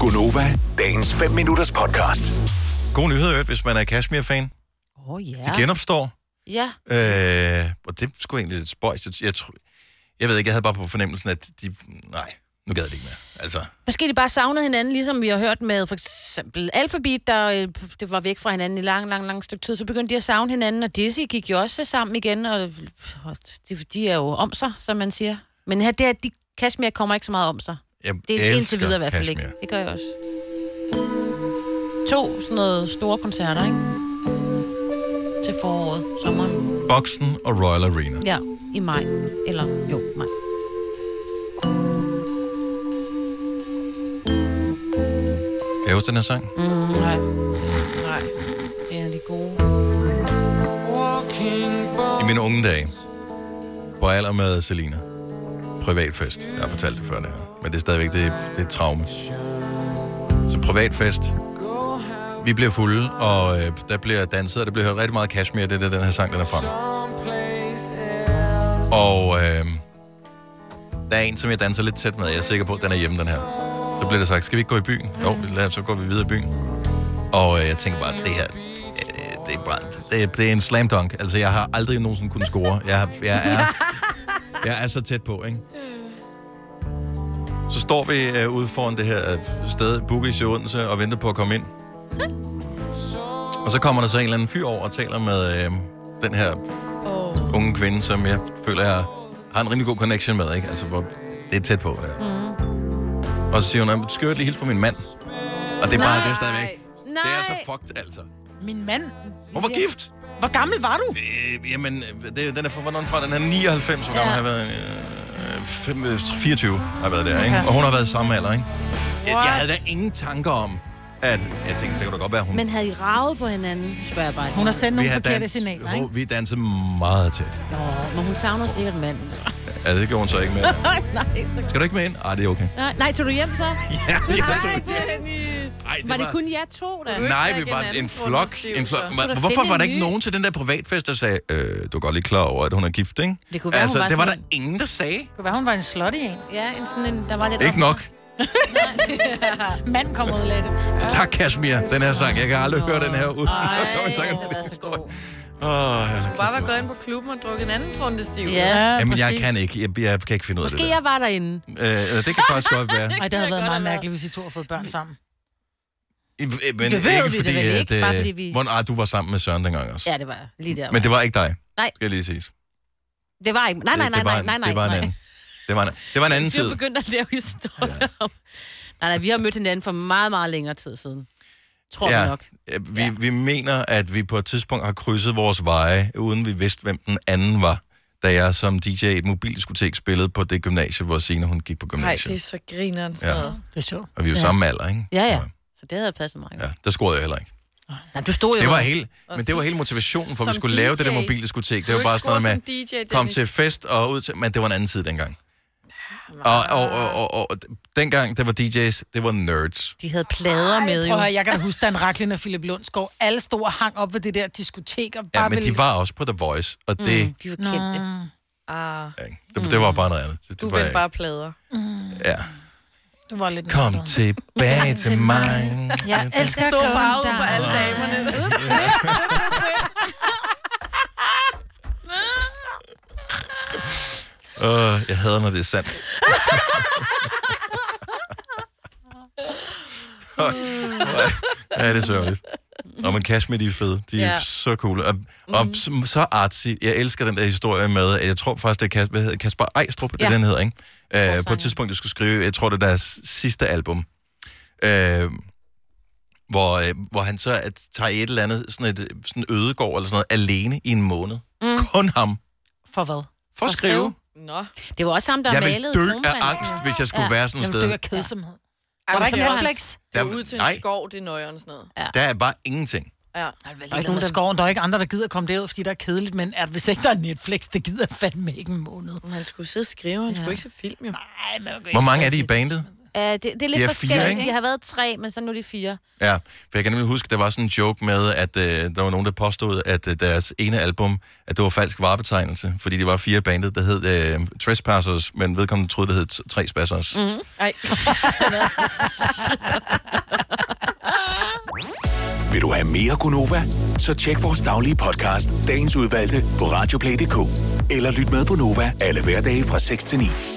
Gunova, dagens 5 minutters podcast. God nyhed, i øvrigt, hvis man er Kashmir-fan. Åh, oh, ja. Ja. De genopstår. Ja. Øh, og det skulle egentlig lidt spøjs. Jeg, jeg, tror- jeg ved ikke, jeg havde bare på fornemmelsen, at de... Nej, nu gad det ikke mere. Altså, Måske de bare savnede hinanden, ligesom vi har hørt med for eksempel Alphabet, der øh, det var væk fra hinanden i lang, lang, lang stykke tid. Så begyndte de at savne hinanden, og Dizzy gik jo også sammen igen, og, og de, de er jo om sig, som man siger. Men her, det er, de, Kashmir kommer ikke så meget om sig. jeg Det er elsker indtil videre i hvert fald ikke. Kashmir. Det gør jeg også. To sådan noget store koncerter, ikke? Til foråret, sommeren. Boxen og Royal Arena. Ja, i maj. Eller jo, maj. Kan I huske den her sang? Mm. Nej. Nej. Det er de gode. I mine unge dage, på alder med Selina, privatfest. Jeg har fortalt det før, det her. Men det er stadigvæk det, det er et traume. Så privatfest. Vi bliver fulde, og øh, der bliver danset, og der bliver hørt rigtig meget Kashmir. Det er det, den her sang, den er frem. Og øh, der er en, som jeg danser lidt tæt med. Jeg er sikker på, at den er hjemme, den her. Så bliver der sagt, skal vi ikke gå i byen? Jo, lad os, så går vi videre i byen. Og øh, jeg tænker bare, det her, øh, det er, bare, det, det er en slam dunk. Altså, jeg har aldrig nogensinde kunnet score. Jeg, har- jeg, er, jeg er så tæt på, ikke? Så står vi øh, ude foran det her øh, sted, Boogies i Odense, og venter på at komme ind. Og så kommer der så en eller anden fyr over og taler med øh, den her unge kvinde, som jeg føler, jeg har en rimelig god connection med, ikke? Altså, hvor det er tæt på, der. Mm. Og så siger hun, "Jamen, skal jeg lige hilse på min mand? Og det er bare, det er stadigvæk. Nej. Det er så fucked, altså. Min mand, Hun var gift. hvor gammel var du? Øh, jamen, øh, det, den er fra, hvornår er den fra? Den er 99, hvor gammel har jeg været? Øh, fem- øh, 24 har jeg været der, ikke? Og hun har været samme alder, ikke? Jeg, jeg havde da ingen tanker om, at... Jeg tænkte, det kunne da godt være, hun... Men havde I ravet på hinanden, spørger jeg bare. Hun har sendt nogle har forkerte dans- signaler, Hun- ikke? Vi dansede meget tæt. Nå, men hun savner sikkert manden. så. Ja, det gjorde hun så ikke med. nej, så... Skal du ikke med ind? Ej, det er okay. nej, nej, tog du hjem så? Ja, jeg tog- Ej, Var det kun jer to, der? Nej, vi drikke var en en anden flok. runde stiv, En flok. så. Men Kunne du Hvorfor finde var en der ikke ny? nogen til den der privatfest, der sagde, øh, du er godt lige klar over, at hun er gift, ikke? Det kunne være, altså, hun var det var der sådan ingen, der sagde. Det kunne være, hun var en slot i en. Ja, en sådan en, der var lidt... Ikke nok. Mand kom ud af det. Så tak, Kashmir, den her sang. Jeg kan aldrig høre den her ud. Ej, tak, den er så god. Åh, Bare var gået ind på klubben og drukket en anden trondestiv. Ja. Jamen, jeg præcis. kan ikke. Jeg, jeg kan ikke finde ud af Måske det jeg var derinde. der. Øh, øh, det kan faktisk godt være. Ej, det havde været godt meget have mærkeligt, hvis I to havde fået børn sammen. I- øh, Men Det ved vi ikke det fordi, vel at, ikke, øh, bare fordi vi- Hvor, ah, du var sammen med Søren dengang også. Ja, det var jeg. lige der. Men det var ikke dig. Nej. Skal jeg lige sige. det var ikke... Nej, nej, nej, det, det var nej, en- nej, nej. Det var en nej. anden. Det var en, det var en anden Vi er tid. begyndt at lave historier om... Nej, nej, vi har mødt hinanden for meget, meget længere tid siden. Tror vi nok. ja, Vi, ja. vi mener, at vi på et tidspunkt har krydset vores veje, uden vi vidste, hvem den anden var, da jeg som DJ i et mobildiskotek spillede på det gymnasie, hvor Signe hun gik på Nej, gymnasiet. det Ej, er så grineren. Ja. Ja. Noget. Det er sjovt. Og vi er jo ja. samme alder, ikke? Ja, ja. Så det havde passet mig. Ja. Ja, der scorede jeg heller ikke. Nej, du stod jo... Det var hele, men det var hele motivationen for, at vi Som skulle lave det der DJ. mobildiskotek. Det Du var er bare ikke sådan noget scoret med, som DJ, kom Dennis. til fest og ud til... Men det var en anden tid dengang. Og, og, og, og, og, og dengang, der var DJ's, det var nerds. De havde plader med, Ej, jo. prøv at høre, jeg kan da huske, Dan Racklin og Philip Lundsgaard, alle store hang op ved det der diskotek, og bare Ja, men ville- de var også på The Voice, og det, Vi var kendte. Ah, mm. det, det var bare noget andet. Det, du det var, vil bare plader. Ja. Du var lidt... Kom nederen. tilbage til mig. Jeg elsker Stå at bare komme ude på der. alle damerne. Øh, jeg hader, når det er sandt. ja, det er sørgeligt. Og man Kashmir, de er fede. De er Ja. så cool. Og, og så, så artsy. Jeg elsker den der historie med, jeg tror faktisk, det er Kas- hvad hedder, Kasper Ejstrup, ja. det Ja. er den hedder, ikke? Øh, på et tidspunkt, jeg skulle skrive, jeg tror, det er deres sidste album. Øh, hvor, øh, hvor han så at, tager i et eller andet sådan et sådan ødegård eller sådan noget, alene i en måned. Mm. Kun ham. For hvad? For at skrive. Nå. Det var også ham, der Jeg malede vil dø af kronprinsen. angst, hvis jeg skulle ja. Ja. være sådan et Jamen, sted. det var kedsomhed. Ej, Var der men ikke det er også- Netflix? Det er Der- ud til nej. en skov, det er nøjeren sådan noget. Der er bare ingenting. Ja. Der er ikke nogen, der... Skoven, der er ikke andre, der gider at komme derud, fordi der er kedeligt, men at hvis ikke der er Netflix, det gider jeg fandme ikke en måned. Men han skulle sidde og skrive, han skulle ikke se film, jo. Nej, man kan Hvor mange er de i bandet? Uh, det, det er lidt De er fire, forskelligt. ikke? De har været tre, men så nu er de fire. Ja, for jeg kan nemlig huske, der var sådan en joke med, at øh, der var nogen, der påstod, at øh, deres ene album, at det var falsk varebetegnelse, fordi det var fire bandet, der hed øh, Trespassers, men vedkommende troede, det hed T- Tre Spassers. Mm. Ej. Vil du have mere Gunova? Så tjek vores daglige podcast, dagens udvalgte, på radioplay.dk. Eller lyt med på Nova alle hverdage fra 6 til 9.